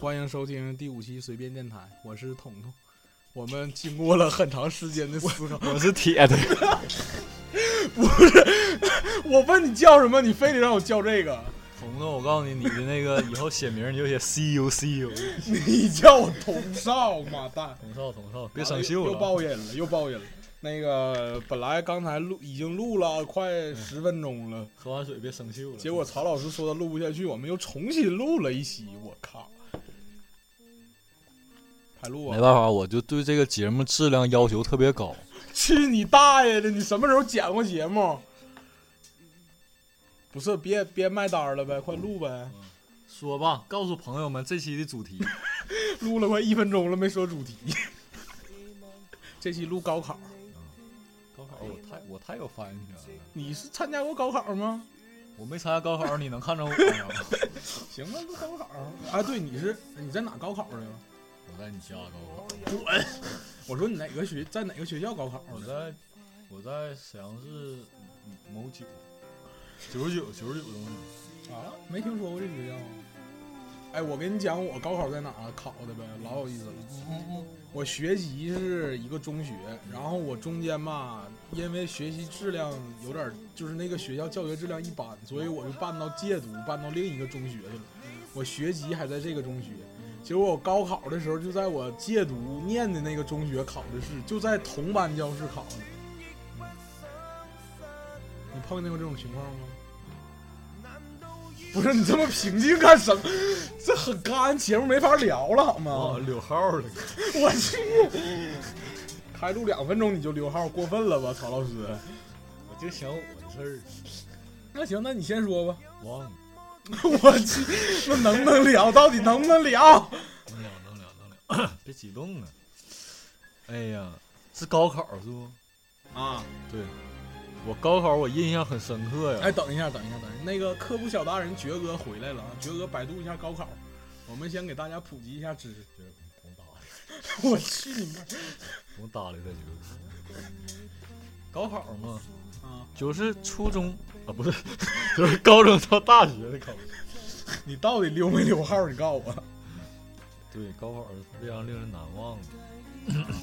欢迎收听第五期随便电台，我是彤彤。我们经过了很长时间的思考，我是哎铁的，我问你叫什么，你非得让我叫这个， 彤彤，我告诉你，你的那 个以后写名你就写 C U C U，你叫我童少，妈蛋！童少童少，别生锈又啊了。报应了，又报应了。那个本来刚才录已经录了快十分钟了，喝完水别生锈了。结果曹老师说他录不下去，我们又重新录了一期，我靠！还录没啊？办法，我就对这个节目质量要求特别高。去你大爷的！你什么时候剪过节目？不是，别别卖单了呗，快录呗！说吧，告诉朋友们这期的主题。录了快一分钟了，没说主题。 这期录高考， 高考哎我太我太有发言权了，你是参加过高考吗？我没参加高考，你能看着 我吗？行吧，录高考。啊，对，你是你在哪高考的呀？我在你家高考，我说你哪个学在哪个学校高考我的？在我在沈阳市某九，九十九九十九中学。啊，没听说过这学校啊。哎，我跟你讲，我高考在哪儿考的呗，老有意思了。我学籍是一个中学，然后我中间吧，因为学习质量有点儿，就是那个学校教学质量一般，所以我就办到借读，办到另一个中学去了。我学籍还在这个中学，结果我高考的时候就在我借读念的那个中学考的试，就在同班教室考的。你碰见过这种情况吗？不是你这么平静干什么？这很干，节目没法聊了好吗？啊，柳号了，我去， 开录两分钟你就留号，过分了吧，曹老师？我就想我的事儿，那行，那你先说吧。忘了。 我去，那能不能聊？到底能不能聊？能聊能聊能 聊，别激动啊！哎呀，是高考是不？啊，对，我高考我印象很深刻呀。哎，等一下，等一下，等一下，那个科普小达人爵哥回来了啊！爵哥百度一下高考，我们先给大家普及一下知识。甭搭理， 我去你妈！甭搭理他几个。高考嘛，啊，就是初中啊，不是， 就是高中到大学的考试。你到底溜没溜号？你告诉我。对，高考是非常令人难忘的。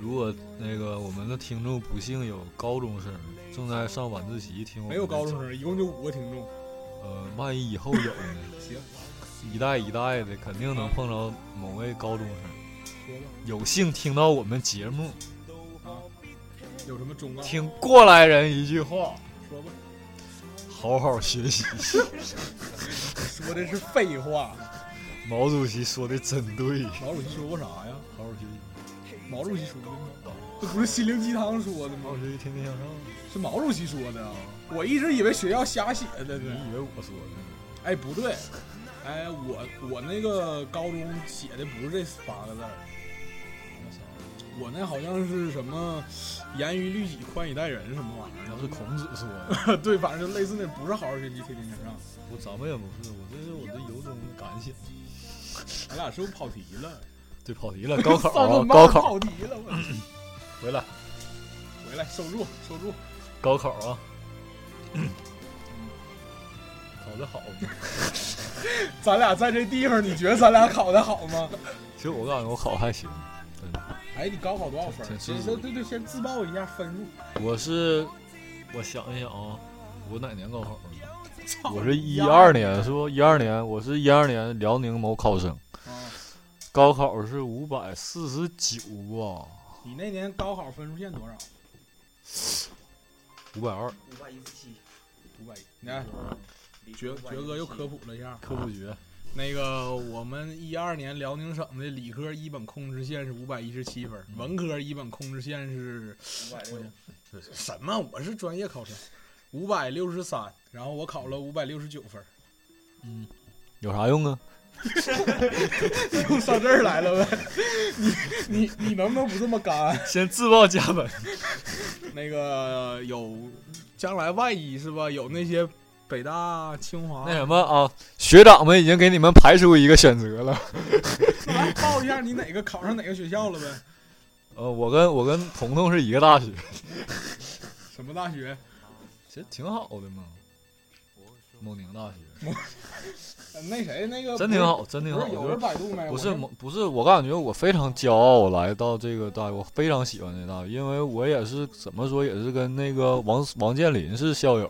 如果那个我们的听众不幸有高中生正在上晚自习听我们没有的高中节生，一共就五个听众。目，呃，万一以后有呢？行，一代一代的，肯定能碰着某位高中生，说吧，有幸听到我们节目，有什么忠告？听过来人一句话，说吧。好好学习。说的是废话。毛主席说的真对，好毛主席说过啥呀？好学习，毛主席说的吗？这不是心灵鸡汤说的毛吗？主席天天向上。是毛主席说的啊！我一直以为学校瞎写的你呢。以为我说的？哎，不对，哎，我我那个高中写的不是这八个字儿，那啥，我那好像是什么“严于律己，宽以待人”什么玩意那是孔子说的。儿？ 对，反正就类似那不是好好学习，天天向上。我咱们也不是，我这是我的由衷的感想。咱俩是不是跑题了？对，跑题了，高考上他啊，妈高考跑题了！我去回来，回来收住，收住。高考啊，考得好吗？咱俩在这地方，你觉得咱俩考的好吗？其实我感觉我考得还行，真的。哎，你高考多少分儿？挺先清楚先对对，先自报一下分数。我是，我想一想啊，我哪年高考的？操我是一二年，是不？一二年，我是一二年辽宁某考生，啊！高考是五百四十九啊吧，你那年高考分数线多少？五百二，五百一十七，五百一。你看，离爵爵哥又科普了一下，科不绝。那个我们一二年辽宁省的理科一本控制线是五百一十七分，文科一本控制线是五百六，什么？我是专业考生，五百六十三，然后我考了五百六十九分，嗯，有啥用啊？又 上这儿来了呗？ 你你你能不能不这么干？啊先自报家门。 那个有将来万一是吧？有那些北大、清华 那什么啊，学长们已经给你们排除一个选择了。 来报一下你哪个考上哪个学校了呗？ 呃，我跟我跟彤彤是一个大学，什么大学？其实挺好的嘛。某宁大学，呃那谁那个真不是挺好，真挺不好。是有人就百度没？不是我某不是，我感觉我非常骄傲来到这个大学，我非常喜欢这大学，因为我也是怎么说也是跟那个王王健林是校友，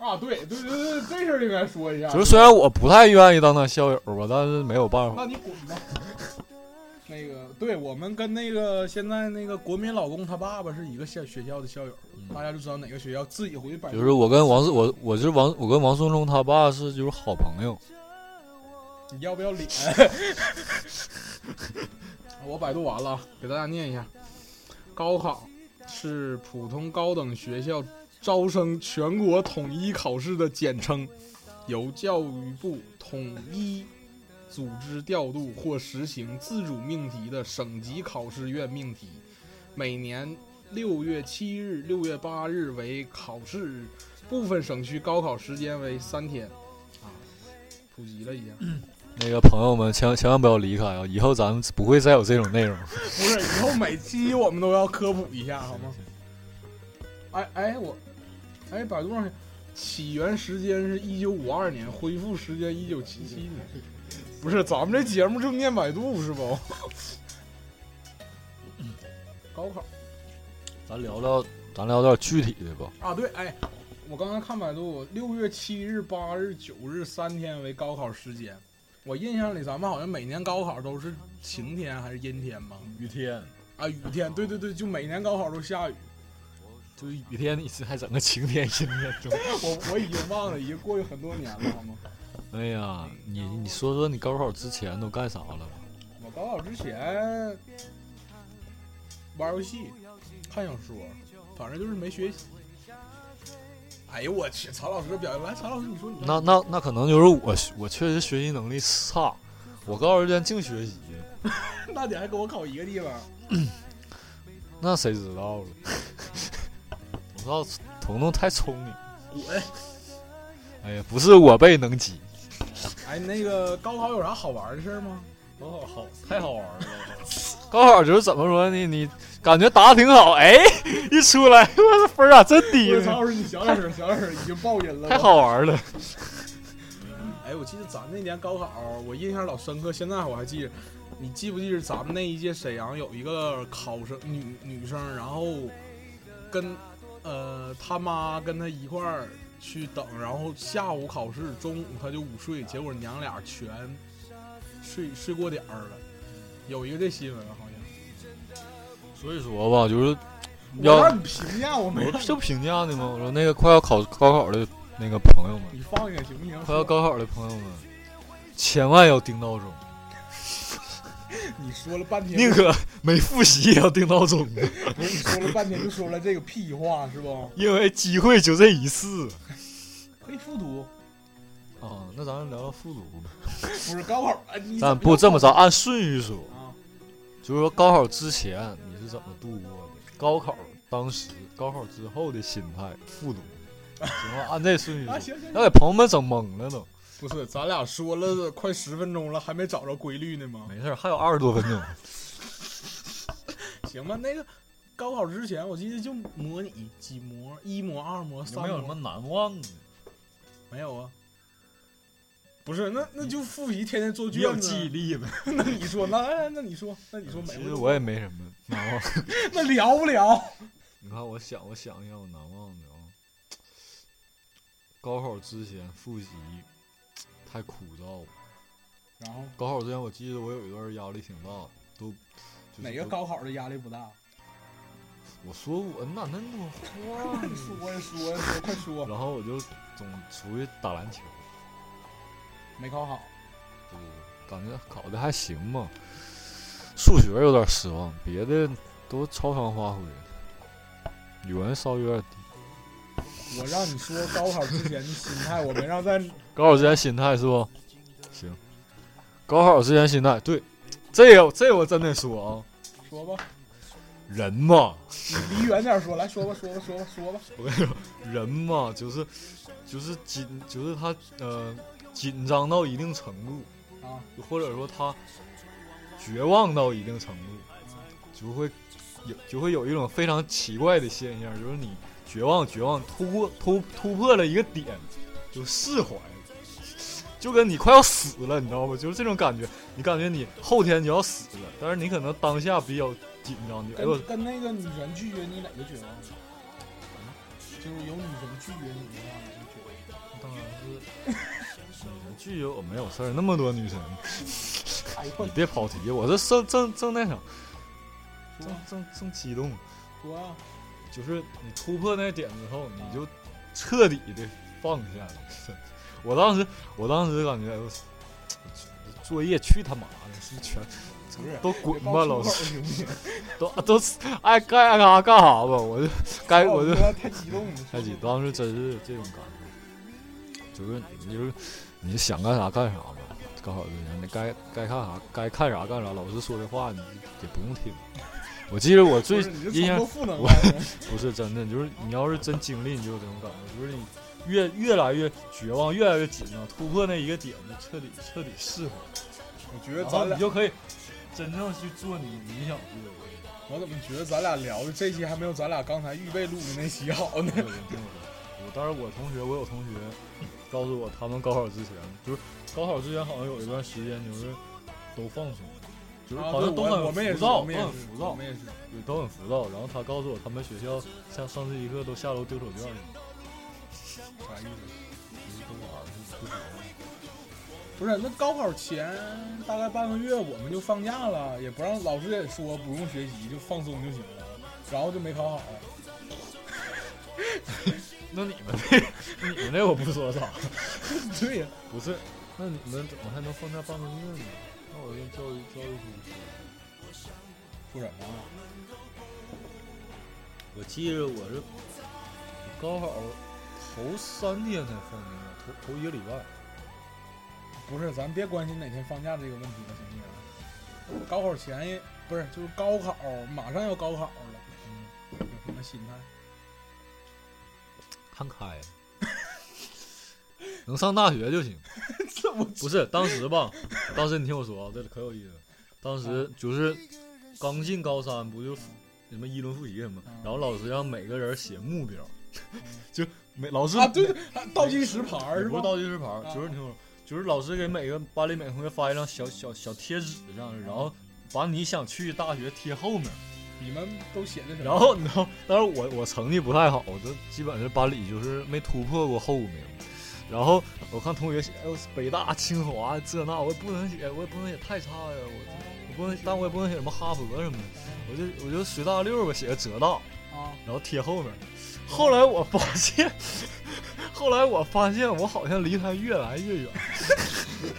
啊，对对对对，这事儿应该说一下。就是虽然我不太愿意当他校友吧，但是没有办那法。你滚吧。那个，对我们跟那个现在那个国民老公他爸爸是一个校学校的校友，嗯大家就知道哪个学校，自己回去百度。就是我跟王我我是王我跟王松忠他爸是就是好朋友，你要不要脸？ 我百度完了，给大家念一下：高考是普通高等学校招生全国统一考试的简称，由教育部统一组织调度或实行自主命题的省级考试院命题，每年六月七日、六月八日为考试日，部分省区高考时间为三天。啊，普及了一下。那个朋友们千千万不要离开啊，以后咱们不会再有这种内容。不是，以后每期我们都要科普一下，好吗？哎哎，我，哎，百度上起源时间是一九五二年，恢复时间一九七七年。不是，咱们这节目就念百度是不？ 高考咱聊聊咱聊点具体的吧，啊，对，哎，我刚才看百度，六月七日、八日、九日三天为高考时间。我印象里，咱们好像每年高考都是晴天还是阴天吧？雨天。啊，雨天，对对对，就每年高考都下雨。就是雨天，你是还整个晴天阴天中。 我我已经忘了，已经过去很多年了，好吗？哎呀，你你说说你高考之前都干啥了吧？我高考之前玩游戏、看小说，反正就是没学习。哎呦我去！曹老师表扬来，曹老师你说你那那那可能就是我学，我确实学习能力差，我高考之前净学习，那你还跟我考一个地方？啊那谁知道了？ 我操，彤彤太聪明。滚！哎呀，不是我被能挤，哎，那个高考有啥好玩的事儿吗？高考好太好玩了。 高考就是怎么说呢？你感觉答挺好，哎，一出来我分儿咋真低不是呢？曹老师，你小点声，小点声，已经爆音了。 太好玩了。哎，我记得咱那年高考，我印象老深刻，现在我还记着。你记不记得咱们那一届沈阳有一个考生女女生，然后跟呃她妈跟她一块儿去等，然后下午考试，中午她就午睡，结果娘俩全睡睡过点儿了。有一个这新闻好像，所以说吧， 就是我要让你评价我没我看就评价的嘛。我说那个快要考高考的那个朋友们，你放一个行不行？快要高考的朋友们，千万要定闹钟，你说了半天， 宁可没复习也要定闹 钟，不是你说了半天就说了这个屁话是不？因为机会就这一次可以复读，啊。那咱聊聊复读吧，不是高考，哎你 咱怎不又这么着，考按顺序说，啊？就是说高考之前你是怎么度过的，高考当时，高考之后的心态，复读，行吧？按这顺序啊，说，行行要行，给朋友们整懵了都。不是，咱俩说了快十分钟了，还没找着规律呢吗？没事儿，还有二十多分钟。行吧，那个高考之前，我记得就模拟几模，一模、二模、有三没有什模，么难忘啊的？没有啊？不是，那那就复习，天天做你卷有子。记忆力呗。 那你说，那哎那你说，那你说没其有？实我也没什么难忘。那聊不聊？你看，我想，我想一下，我难忘的啊、高考之前复习太枯燥了。然后高考之前，我记得我有一段压力挺大，都就是哪个都？高考的压力 不大？我说我你咋那么话你呢？说呀说呀说，快说！ 然后我就总出去打篮球，没考好，对，感觉考的还行吧。数学有点失望，别的都超常发挥，语文稍微有点低。我让你说高考之前的心态，我没让在高考之前心态是不？行，高考之前心态对，这个这个我真得说啊，说吧，人嘛， 你离远点说，来说吧说吧说吧说吧。我跟你说，人嘛就是就是紧，就是他呃紧张到一定程度，啊，或者说他绝望到一定程度，就会有就会有一种非常奇怪的现象，就是你绝望绝望突破突突破了一个点，就释怀了，就跟你快要死了，你知道吗？就是这种感觉，你感觉你后天你要死了，但是你可能当下比较紧张，你哎呦跟，跟那个女神拒绝你，哪个绝望？就是有女神拒绝你的话，你是绝望。当然是女神拒绝我没嗯有事儿，那么多女神，哎，你快别跑题，我这正正正那啥，正说正正激动。说啊，就是你突破那点之后，你就彻底的放下了。我当时，我当时感觉，哎呦，作业去他妈的，是全不是都滚吧，老师，师行不行？都哎都是爱干爱干啥干啥吧，我就该哎我 就哎不要太激动了，太激，当时真是这种感觉，就是你就是你想干啥干啥吧，高考之前你该该看啥该看啥干啥，老师说的话你也不用听。我记得我不最是你印这象操作赋能我啊，这不是真的，就是你要是真经历，你就有这种感觉，就是你越越来越绝望，越来越紧张，突破那一个点，就彻底彻底释怀，我觉得然后咱你俩，就可以真正去做你你想做的。我怎么觉得咱俩聊的这期还没有咱俩刚才预备录的那期好呢没？有人听我的我当然我同学，我有同学告诉我，他们高考之前，就是高考之前好像有一段时间就是都放松，就是啊，好对像都我我很们也浮是，躁，我都们也很是，浮我躁们，也是。对，都很浮躁。然后他告诉我，他们学校下上自习课都下楼丢手绢去了。啥意思？不是，那高考前大概半个月我们就放假了，也不让老师也说不用学习，就放松就行了，然后就没考好。那你们 这，你们这我不说啥。对呀、不是，那你们怎么还能放假半个月呢？那我跟教育教育部说。不然呢？我记着我是高考头三天才放的假，头头一个礼拜。不是，咱别关心哪天放假这个问题了，行不行？高考前也不是，就是高考马上要高考了，有什 么心态？看开，能上大学就行。这我不是当时吧？ 当时你听我说啊，这可有意思了。当时就是刚进高三，不就什么一轮复习什么，嗯然后老师让每个人写目标， 就每老师啊，对对，啊倒计时牌儿也是不吧是？倒计时牌儿，啊就是你听我说，就是老师给每个班里每个同学发一张小小小贴纸上，然后把你想去大学贴后面。你们都写的什么？然后你知道，当时我我成绩不太好，我这基本是班里就是没突破过后五名。然后我看同学写，哎呦，北大、清华这那，我也不能写，我也不能写太差呀，我我不能，但我也不能写什么哈佛什么的，我就我就随大溜儿吧，写个浙大，啊，然后贴后面。后来我发现， 后来我发现我好像离他越来越远，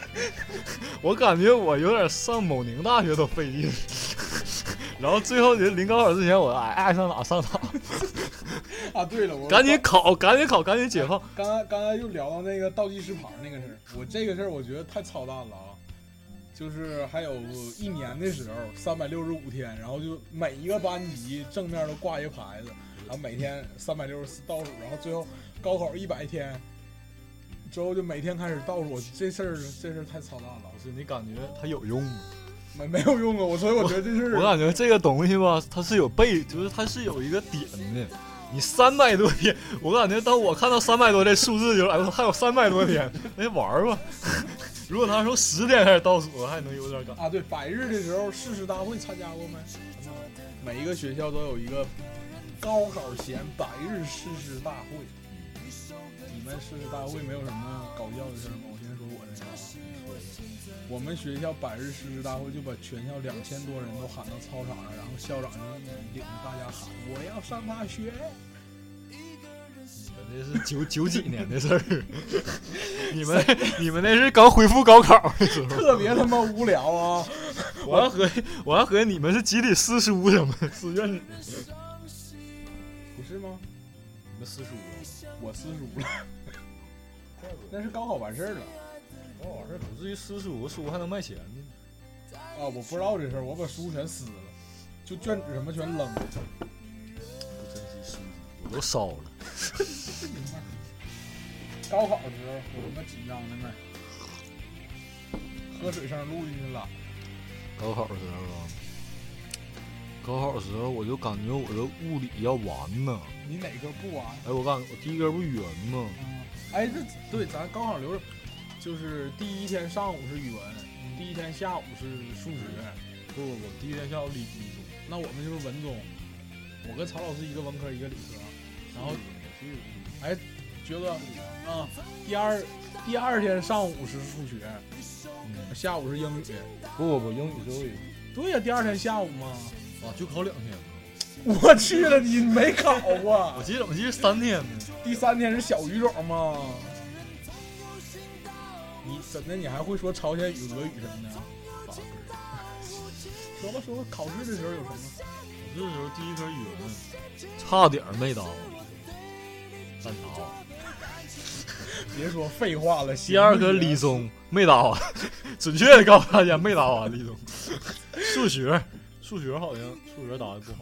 我感觉我有点上某宁大学都费劲。然后最后临高考之前，我爱爱上哪上哪，啊，对了，我赶紧考，赶紧考，赶紧解放。刚才刚才又聊到那个倒计时牌那个事儿，我这个事儿我觉得太操蛋了啊！就是还有一年的时候，三百六十五天，然后就每一个班级正面都挂一个牌子，然后每天三百六十四倒数，然后最后高考一百天之后就每天开始倒数，这事儿这事儿太操蛋了，老师，你感觉它有用吗？没没有用啊！我所以我觉得这事我儿感觉这个东西吧，它是有背，就是它是有一个点的。你三百多天，我感觉当我看到三百多这数字，就是哎呦，还有三百多天，那就玩儿吧。 如果他从十天开始倒数，我还能有点感。啊，对，百日的时候誓师大会参加过没？每一个学校都有一个高考前百日誓师大会。你们誓师大会没有什么搞笑的事儿吗？我先说我这个啊。我们学校百日誓师大会就把全校两千多人都喊到操场上，然后校长就领着大家喊：“我要上大学那是九九几年的事儿， 你们你们那是刚恢复高考的时！”候，特别他妈无聊啊！我还合计我还合计你们是集体私塾什么私院里，不是吗？你们私塾我私塾了， 那是高考完事儿了。我老师不至于私塾，书还能卖钱呢。啊，我不知道这事儿，我把书全撕了，就卷纸什么全扔了。不珍惜书籍，我都烧了。高考的时候我他妈紧张的妹儿，喝水声录进去了。高考的时候啊，高考的时候我就感觉我这物理要完呢。你哪个不完？啊哎，我感我第一根不圆吗？嗯，哎，这对咱高考留着，就是第一天上午是语文，第一天下午是数学，不不不，第一天下午理理综，那我们就是文综，我跟曹老师一个文科一个理科，然后哎，觉得啊，第二第二天上午是数学，下午是英语，不不不，英语最后一个对呀、第二天下午嘛，啊，就考两天。 我去了，你没考我过，记得我记得三天呢。第三天是小语种嘛。你怎的？你还会说朝鲜语、俄语什么的？ 说吧说吧，考试的时候有什么？我这时候第一科语文，差点儿没当三套。别说废话了。第二科理综没答完， 准确的告诉大家没答完理综。数学，数学好像数学答的不好，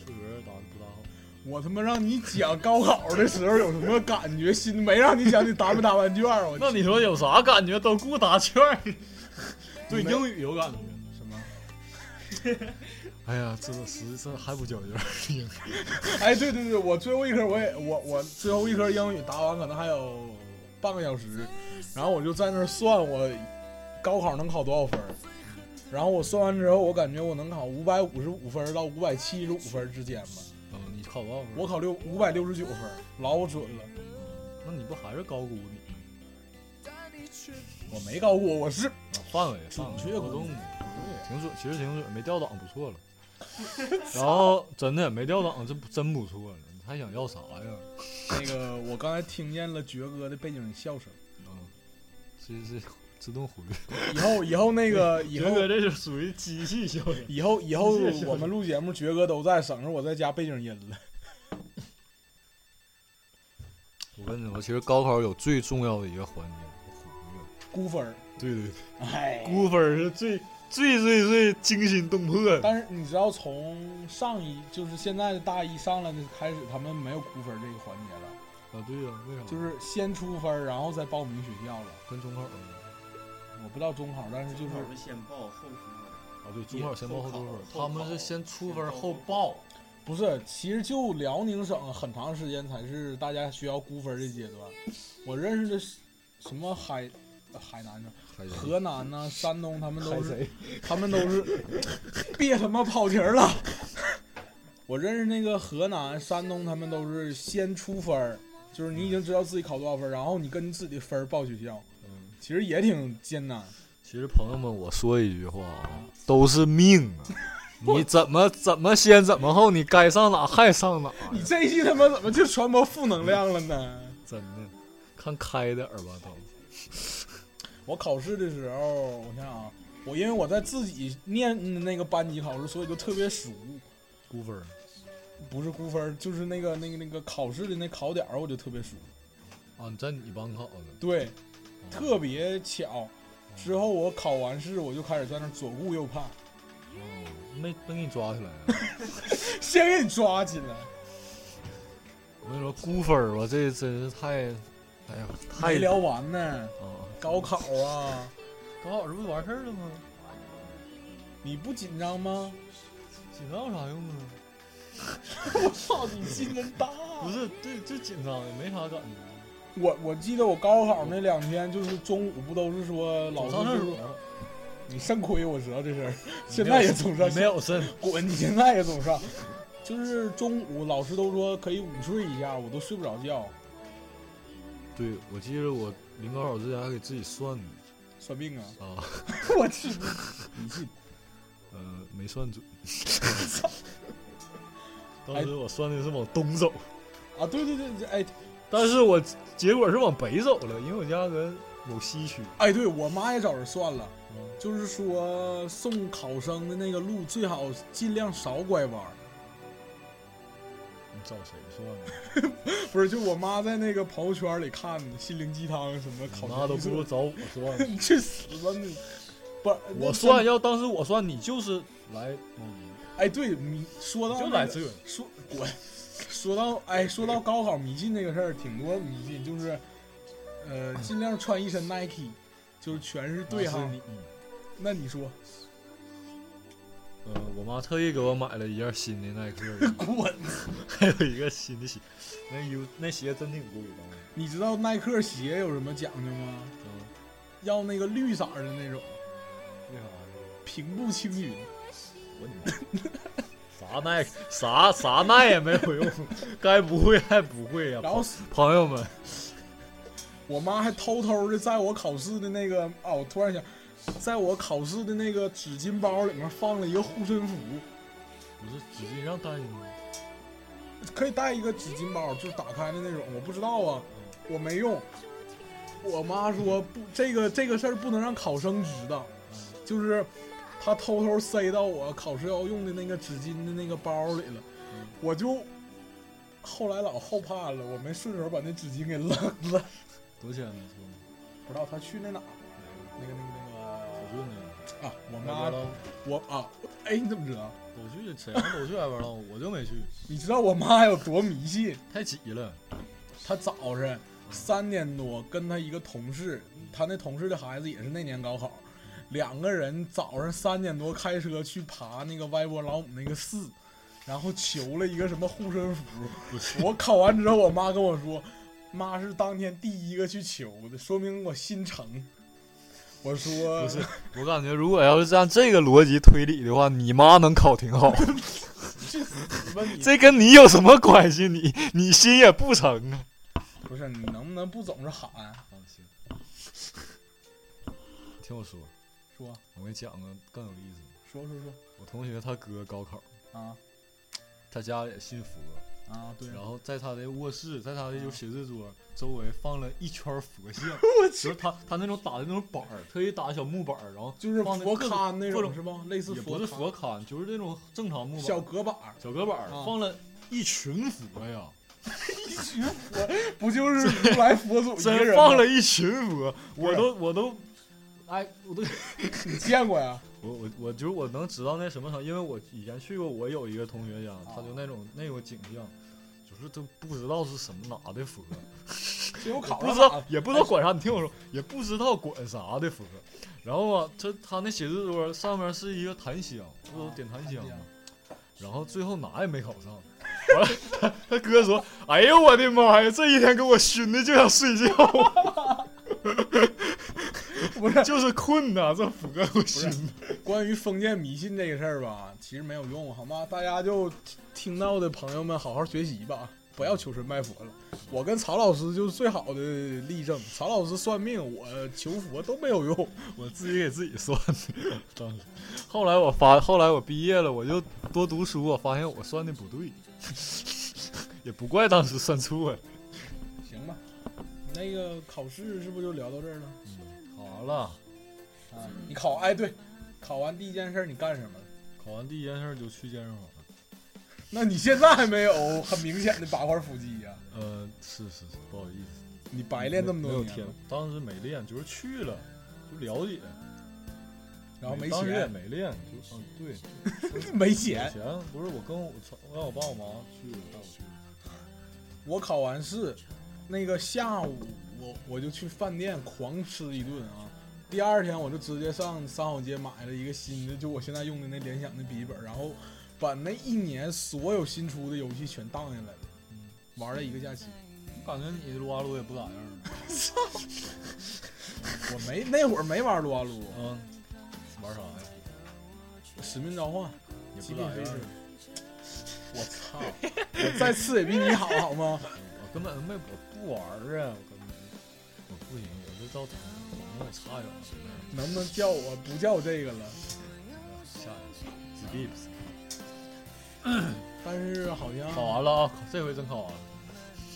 数学答的不大好。我他妈让你讲高考的时候有什么感觉？心没让你讲你答没答完卷儿？我那你说有啥感觉？都顾答卷儿， 对没英语有感觉。什么？哎呀，这实这还不交卷儿，英语 哎，对对对，我最后一科我也我我最后一科英语答完可能还有半个小时，然后我就在那儿算我高考能考多少分儿，然后我算完之后，我感觉我能考五百五十五分儿到五百七十五分儿之间吧，哦你考多少分？我考六五百六十九分儿，老准了。那你不还是高估你吗？我没高过，我是啊范围准范围确活估动计挺准，其实挺准，没掉档不 错了。然后真的没掉档，这不真不错了。你还想要啥呀？那个，我刚才听见了爵哥的背景笑声。嗯，这是自动回以后以后那个以后这是属于机器效应。以后以后谢谢我们录节目，爵哥都在，省着我在家背景音了。我跟你说，其实高考有最重要的一个环节，估分儿，对对对，哎估分儿是最最最最惊心动魄的。但是你知道，从上一就是现在的大一上来的开始，他们没有估分这个环节了，啊，对呀、为啥？嗯就是先出分儿，然后再报名学校了。跟中考儿一样我不知道中考，但是就中是考是先报后出啊，对，中考儿先报后多分儿，他后考们是先出分儿后后报。不是？其实就辽宁省很长时间才是大家需要估分儿的阶段。我认识的是什么海呃海南呢、河南呢、山东，他们都是他们都是别他妈跑题儿了。 我认识那个河南、山东，他们都是先出分儿，就是你已经知道自己考多少分儿，然后你根据自己的分儿报学校，嗯其实也挺艰难。其实朋友们，我说一句话啊，都是命 啊！你怎么怎么先怎么后，你该上哪还上哪啊呀你这一期他妈怎么就传播负能量了呢？真的，看开点儿吧 都。我考试的时候，我想想啊，我因为我在自己念那个班级考试，所以就特别熟，估分儿不是估分儿，就是那个那个那个考试的那考点儿，我就特别熟。啊，你在你班考的，对，啊特别巧。之后我考完试，我就开始在那儿左顾右盼，哦没没给你抓起来啊。先给你抓起来，我跟你说，估分儿吧，这真是太，哎呀，太没聊完呢。啊！高考啊，高考这不完事儿了吗？你不紧张吗？紧张有啥用啊？我操，你心真大！不是，对，就紧张也没啥感觉。我我记得我高考那两天，就是中午不都是说老老师上厕就所是了，你肾亏，我知道这事儿，现在也总上嗯你没，有肾，滚！你现在也总上，就是中午老师都说可以午睡一下，我都睡不着觉，对，我记得我临高考之前还给自己算呢算命啊！啊， 我去，你信？呃，没算 准。当时我算的是往东走，啊，对对对，哎，但是我结果是往北走了，因为我家搁某西区。哎，对我妈也找人算了，嗯就是说送考生的那个路最好尽量少拐弯儿。你找谁算啊？ 不是，就我妈在那个朋友圈里看心灵鸡汤什么考你妈都不如说，找我 算。你去死吧你！不是，那我真算，要当时我算，你就是来茂名，哎，对你说到、你那就个、来这，说滚，说到哎，说到高考迷信这个事儿，挺多迷信，就是呃，尽量穿一身 啊 Nike，就是全是对哈哈。。那你说，呃，我妈特意给我买了一件新的耐克的衣 服，滚！还有一个新的鞋，那衣服那鞋真挺贵的当时。你知道耐克鞋有什么讲究吗？嗯，要那个绿色儿的那种，那啥呀平步青云。我你妈，啥耐啥啥耐也没有用，该不会还不会呀、然后朋友们，我妈还偷偷的在我考试的那个啊，我突然想，在我考试的那个纸巾包里面放了一个护身符，不是纸巾让带进吗？可以带一个纸巾包，就是打开的那种。我不知道啊，我没用。我妈说不，这个这个事儿不能让考生知道，就是她偷偷塞到我考试要用的那个纸巾的那个包里了，我就后来老后怕了，我没顺手把那纸巾给扔了。 多少钱呢？说不知道他去那哪儿，那个那抖个讯呢？那个啊，我没玩妈到我啊，哎，你怎么知道？抖讯沈阳抖讯还玩到，我就没去，你知道我妈有多迷信？太挤了。她早晨三点多跟她一个同事，她那同事的孩子也是那年高考，两个人早上三点多开车去爬那个歪脖老母那个寺，然后求了一个什么护身符。不是，我考完之后，我妈跟我说，妈是当天第一个去求的，说明我心诚。我说不是，我感觉如果要是按这个逻辑推理的话，你妈能考挺好，去死吧你！ 这跟你有什么关系？你你心也不诚啊。不是你能不能不总是喊放心，听我说，说我给你讲个更有意思的。说说说我同学他哥高考，啊他家也信佛，啊对，然后在他的卧室，在他的就是写字桌周围放了一圈佛 像，就是他他那种打的那种板儿，特意打的小木板儿，然后就是放的佛各种龛那各种是吧？类似也不是龛佛龛，就是那种正常木板小隔板 儿， 小嗯隔板儿，啊放了一群佛呀，一群佛不就是如来佛祖一个真人放吗了一群佛，不我是都我都，哎，我都你见过呀？我我我就是我能知道那什么场，因为我以前去过，我有一个同学家，他就那种那种景象，就是都不知道是什么哪的佛，这有考不上知哪道儿也不知道管啥，你听我说，也不知道管啥的佛。然后啊，这他那写字桌上面是一个檀香，不都点檀香吗？然后最后哪也没考上，完了他他哥说：“哎呦我的妈呀，这一天给我熏的就想睡觉，不 是就是困呐、这佛给我熏的。关于封建迷信这个事儿吧，其实没有用，好吗？大家就听听到的朋友们好好学习吧，不要求神拜佛了。我跟曹老师就是最好的例证，曹老师算命，我求佛都没有用。我自己给自己算的，当时。后来我发，后来我毕业了，我就多读书，我发现我算的不对， 也不怪当时算错了。行吧，那个考试是不是就聊到这儿了？考完了，啊，你考哎对，考完第一件事你干什么了？考完第一件事就去健身房了。那你现在还没有很明显的八块腹肌呀、呃，是是是，不好意思，你白练这么没多有年天了，，当时没练，就是去了，就了解，然后没当时也钱，没练，就嗯对， 没以钱。前不是我跟我我让我爸我妈去的，带我去的，我考完试，那个下午我我就去饭店狂吃一顿啊。第二天我就直接上三好街买了一个新的，就我现在用的那联想的笔记本，然后把那一年所有新出的游戏全荡下来了，玩了一个假期。感觉你撸啊撸也不咋样儿。我没那会儿没玩撸啊撸，嗯，玩啥呀？使命召唤。也极品不咋飞车样儿。啊我操！我再次也比你好好吗？我根本没我不玩儿啊，我根本我不行，我这到疼，我差远了。能不能叫我不叫这个了？下一个 s k i p 但是好像考完了啊，这回真考完了，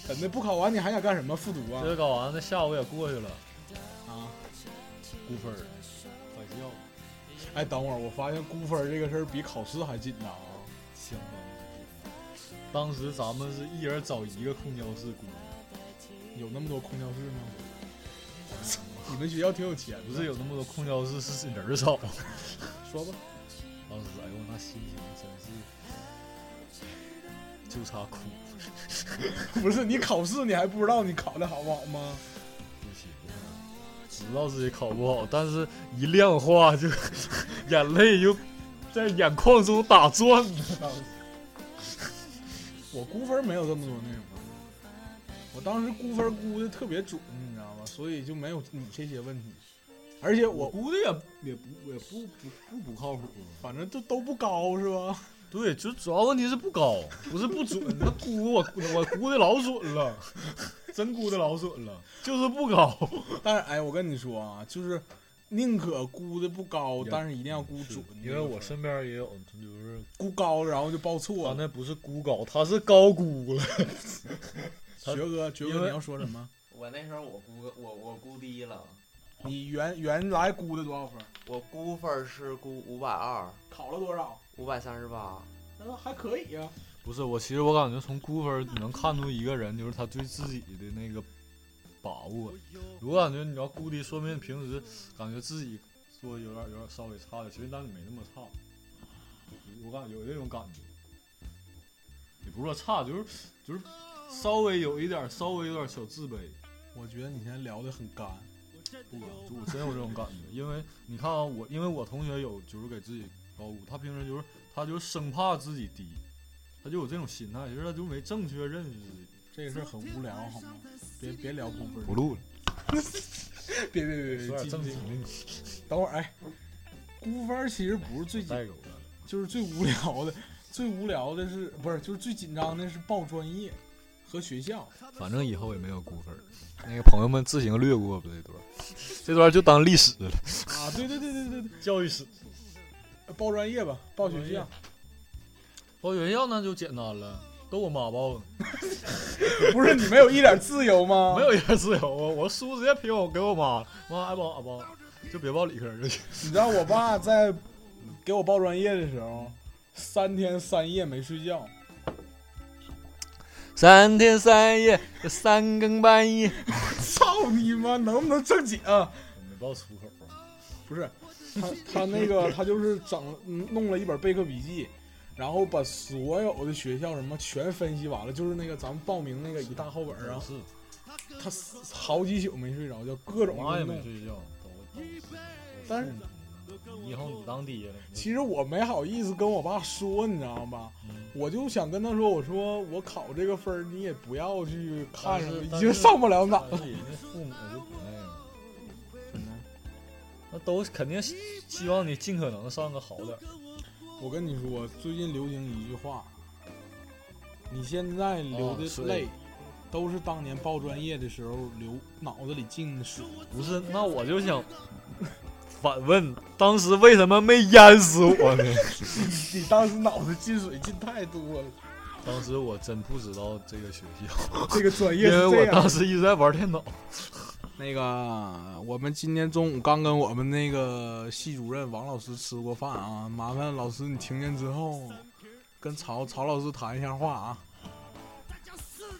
怎呃的不考完你还想干什么？复读啊这？回考完了，那下午也过去了，啊！估分儿，啊快笑，哎，等会儿我发现估分儿这个事儿比考试还紧张啊！相当于。当时咱们是一人找一个空教室估，有那么多空教室吗？ 你们学校挺有钱的，不是有那么多空教室是人儿少。说吧，当时哎呦那心情真是，就差哭， 不是你考试你还不知道你考的好不好吗？不行啊，知道自己考不好，但是一量化就眼泪就在眼眶中打转。我估分没有这么多那什么，我当时估分估的特别准，你知道吗？所以就没有你这些问题，而且我估的也也不也不不不不靠谱。反正都都不高是吧？ 对，就主要问题是不高，不是不准。他估我我估的老准了，真估的老准了，就是不高。但是哎，我跟你说啊，就是宁可估的不高，也但是一定要估准，因为我身边也有，就是估高然后就报他错了。那不是估高，他是高估了。他学哥，学因哥为你要说什 么？我那时候我估我我估低了，你原原来估的多少分？我估分儿是估五百二，考了多少？五百三十八。那还可以啊。不是我，其实我感觉从估分儿你能看出一个人就是他对自己的那个把握。我感觉你要估低，说明平时感觉自己做得有点有点稍微差点，其实但你没那么差。我感觉有这种感觉，也不是说差，就是就是稍微有一点，稍微有点小自卑。我觉得你现在聊的很干，不敢，就我真有这种感觉，因为你看啊，我因为我同学有就是给自己高估，他平时就是他就生怕自己低，他就有这种心态，其实他就没正确认识自己。这个事儿很无聊，好吗？别别聊估分儿，不录了，别别别别，说点继正续经的，等会儿哎，估分儿其实不是最紧，带狗了。就是最无聊的，最无聊的是不是就是最紧张的是报专业和学 校。反正以后也没有估分儿，那个朋友们自行略过吧这段儿，这段儿就当历史了，啊，对对对对对对，教育史。报专业吧，报学校。报学校那就简单了，都我妈报的，不是你没有一点自由吗？没，有一个自由啊，我书直接评我给我妈，妈爱报爱报，就别报理科儿就行。你知道我爸在给我报专业的时候，三天三夜没睡觉，三天三夜，三更半夜， 操你妈，能不能正经、啊没报出口啊。不是，他他那个他就是整嗯弄了一本备课笔记，然后把所有的学校什么全分析完了，就是那个咱们报名那个一大厚本儿啊，是，他好几宿没睡着觉，各种妈也运没动。睡觉，但是以后你当爹了，其实我没好意思跟我爸说，你知道吧？嗯我就想跟他说，我说我考这个分儿，你也不要去看上但了，是已但经是上不了哪但了。是人家父母就不那样，那都肯定希望你尽可能上个好点儿。我跟你说，最近流行一句话，你现在流哦的是泪，都是当年报专业的时候流脑子里进的 水。不是，那我就想反问，当时为什么没淹死我呢？你当时脑子进水进太多了，当时我真不知道这个学校，这个专因为我当时一直在玩电脑。 那个，我们今天中午刚跟我们那个系主任王老师吃过饭啊，麻烦老师你听见之后，跟曹曹老师谈一下话啊。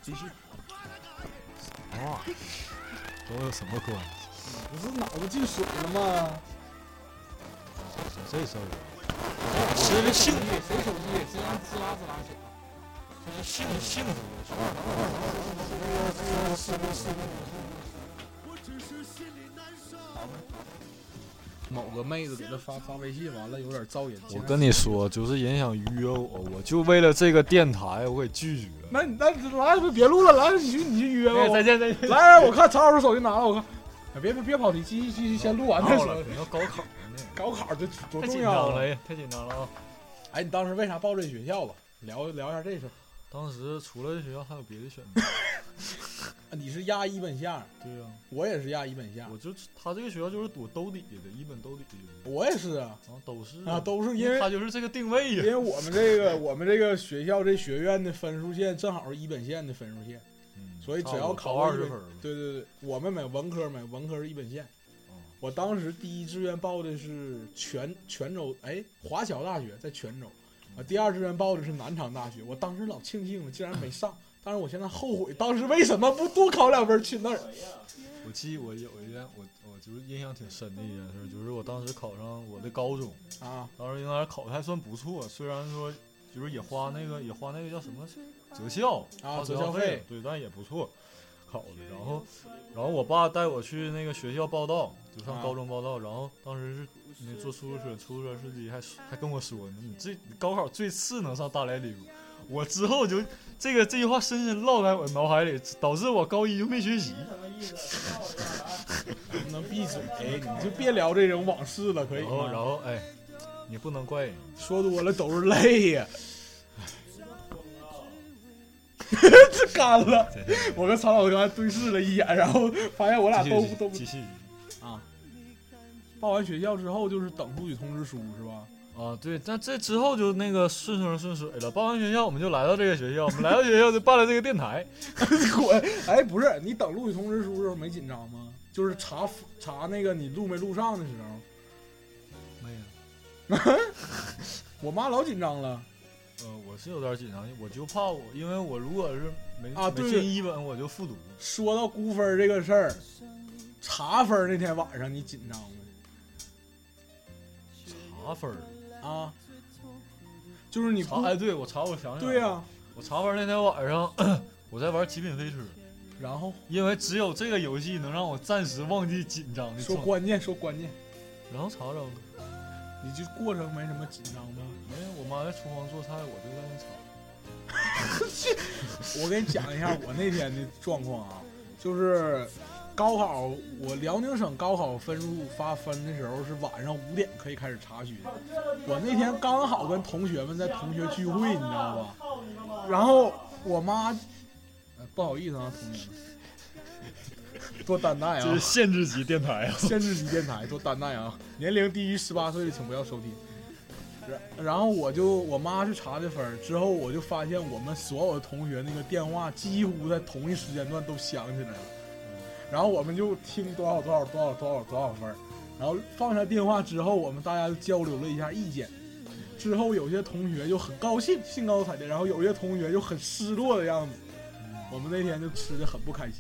继续。啊，都有什么关系？不是脑子进水了吗？这事儿。吃的幸福，谁手机也滋啦滋啦滋啦响。幸幸福。某个妹子给他发发微信，完了有点噪音。我跟你说，就是人想约我，我就为了这个电台，我给拒绝了。那你那你来别录了，来你去你去约吧。我见哎再见。来，我看曹老师手机拿了，我看。哎别别别跑题，继续继续，先录完再到了说，。要高考呢， 高考这多太重紧要张啊！了，太紧张了啊！哎，你当时为啥报这学校吧？聊聊一下这事儿。当时除了这学校，还有别的选择。啊你是压一本线，对啊呀、我也是压一本线我，就他这个学校就是我兜底的，一本兜底的，我也是啊然后都是啊，都是因为他就是这个定位因呀。为我们这个我们这个学校这学院的分数线正好是一本线的分数线，嗯所以只差要不多考高二十一分本儿吧。对对对，我们没有文科没有文科是一本线。嗯我当时第一志愿报的是泉泉州，哎，华侨大学在泉州。嗯啊，第二志愿报的是南昌大学，我当时老庆幸了，竟然没上。但是我现在后悔，当时为什么不多考两分去那儿？我记我有一件我我就是印象挺深的一件事，就是我当时考上我的高中，啊，当时应该是考的还算不错，虽然说就是也花那个也花那个叫什么择校啊择花择校校费对，但也不错考的。然后，然后我爸带我去那个学校报到，就上啊高中报到，然后当时是那坐出租车，出租车司机还还跟我说呢，你最你高考最次能上大连理工。我之后就这个这句话深深烙在我脑海里，导致我高一就没学习。能闭嘴？哎你就别聊这种往事了，可以哎然后吗？然后哎，你不能怪人家。说多了都是泪呀。 这干了，对对对我跟曹老刚对视了一眼，然后发现我俩都继续都继续啊。报完学校之后就是等录取通知书是吧？啊，对，但这之后就那个顺风顺水了。报完学校，我们就来到这个学校，我们来到学校就办了这个电台。滚！ 哎，不是，你等录取通知书的时候没紧张吗？就是查查那个你录没录上的时候，没有，我妈老紧张了。呃，我是有点紧张，我就怕我，因为我如果是没啊没对进一本，我就复读。说到估分儿这个事儿，查分儿那天晚上你紧张吗？嗯查分儿，啊，就是你查估哎，对我查，我想想，啊对啊呀、，我查分儿那天晚上我在玩《极品飞车》，然后因为只有这个游戏能让我暂时忘记紧张的说状态。关键说关键，然后查着了，你这过程没什么紧张吧？因为我妈在厨房做菜，我就在那查。我给你讲一下我那天的状况啊，就是高考，我辽宁省高考分数发分的时候是晚上五点可以开始查询，我那天刚好跟同学们在同学聚会，你知道吧？然后我妈，呃不好意思啊，同学们， 多担待啊，这是限制级电台啊！限制级电台，多担待啊！年龄低于十八岁的请不要收听。然然后我就我妈去查的分儿之后，我就发现我们所有的同学那个电话几乎在同一时间段都响起来了，然后我们就听多少多少多少多少多少分儿，然后放下电话之后，我们大家就交流了一下意见。之后有些同学就很高兴，兴高采烈；然后有些同学就很失落的样子。我们那天就吃的很不开心。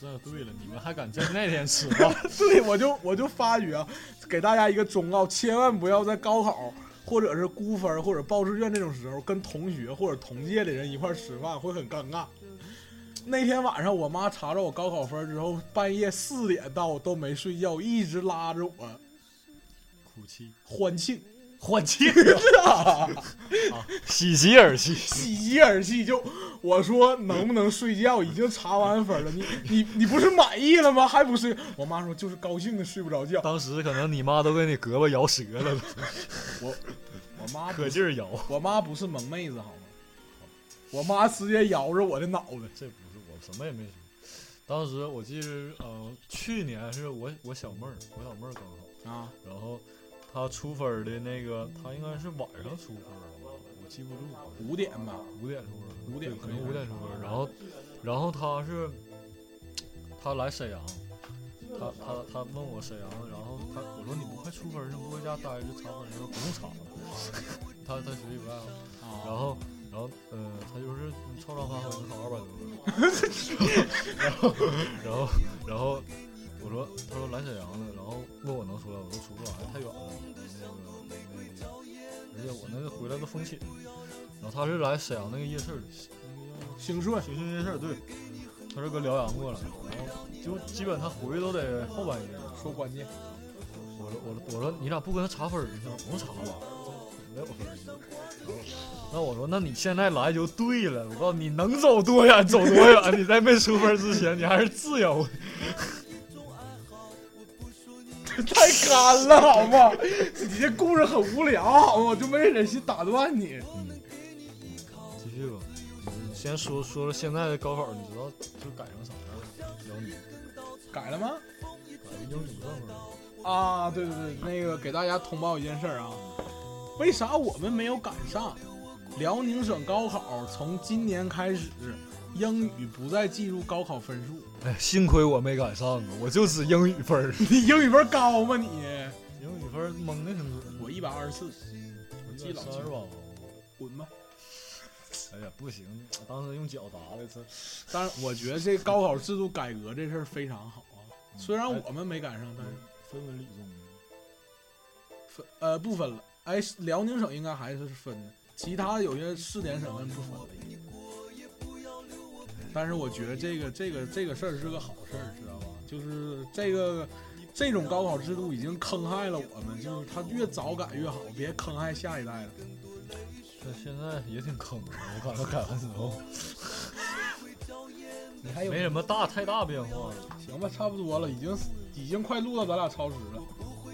这对了，你们还敢在那天吃饭？ 对，我就我就发觉啊，给大家一个忠告，千万不要在高考或者是估分或者报志愿这种时候跟同学或者同届的人一块儿吃饭，会很尴尬。那天晚上，我妈查着我高考分之后，半夜四点到都没睡觉，一直拉着我哭泣， 欢庆，换气，啊喜极而泣。喜极而泣。就我说能不能睡觉？已经查完分了，你你你不是满意了吗？还不睡？我妈说就是高兴的睡不着觉。当时可能你妈都给你胳膊摇折了，我妈不可劲儿摇。我妈不是萌妹子好吗？我妈直接摇着我的脑袋，这不是我什么也没说。当时我记得，呃，去年是我我小妹儿，我小妹儿高考，啊，然后她出分儿的那个，她应该是晚上出分儿的吧，我记不住，五点吧，五点出分儿，五点对可可以啊能看五点出分儿。然后，然后她是她来沈阳，她她她问我沈阳，然后她我说你不快出分儿呢，不回家待着查分儿？她说不用查了， 她她学习不太好。然啊，后，然后，呃，他就是超常发挥能考二百多分，然后，然后，然后，我说，他说来沈阳了，然后问我能出来，我说出不来，太远了，那个那个，而且我那个回来都封寝，然后他是来沈阳那个夜市儿，那兴顺个叫学训夜市儿，对，他是搁辽阳过来，然后就基本他回去都得后半夜。说关键，我说我说我说你咋不跟他查分儿呢？不用查了，没有分儿。那我说，那你现在来就对了。我告诉你，能走多远走多远。 你在没出分儿之前，你还是自由的。太干了好吗？你这故事很无聊好吗？我就没忍心打断你。嗯继续吧，你先说说说现在的高考，你知道就改成啥样了？辽宁改了吗？改成英语了吗？啊，对对对，那个给大家通报一件事儿啊，为啥我们没有赶上？辽宁省高考从今年开始，英语不再计入高考分数。哎，幸亏我没赶上啊，我就只英语分儿，你英语分高吗你？ 英语分儿蒙的挺准。我一百二十四，我记老三十记吧。滚吧！哎呀，不行，我当时用脚打的，这但是我觉得这高考制度改革这事儿非常好啊。虽哎然我们没赶上，但是分文理综。分呃不分了。哎，辽宁省应该还是分的，其他有些试点省份不分了已经。但是我觉得这个这个这个事儿是个好事儿，知道吧？就是这个这种高考制度已经坑害了我们，就是它越早改越好，别坑害下一代了。但现在也挺坑的，我感觉改完之后你 还有没什么大太大变化。行吧，差不多了，已经已经快录到咱俩超时了。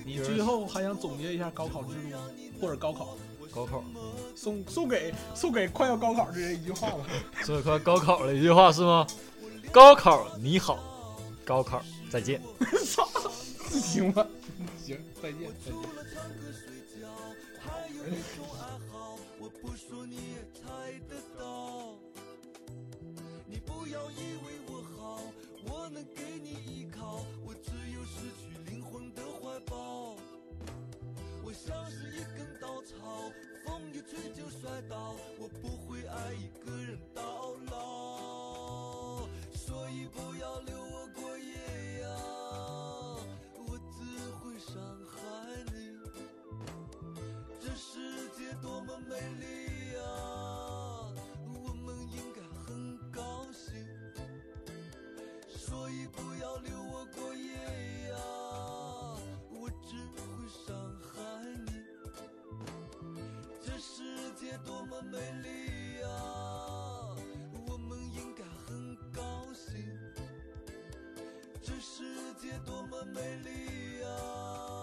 你最后还想总结一下高考制度吗？或者高考高考，送送给送给快要高考的人一句话吧。 这快高考了一句话是吗？高考你好，高考再见。操，行吧，行，再见，再见。这世界多么美丽啊！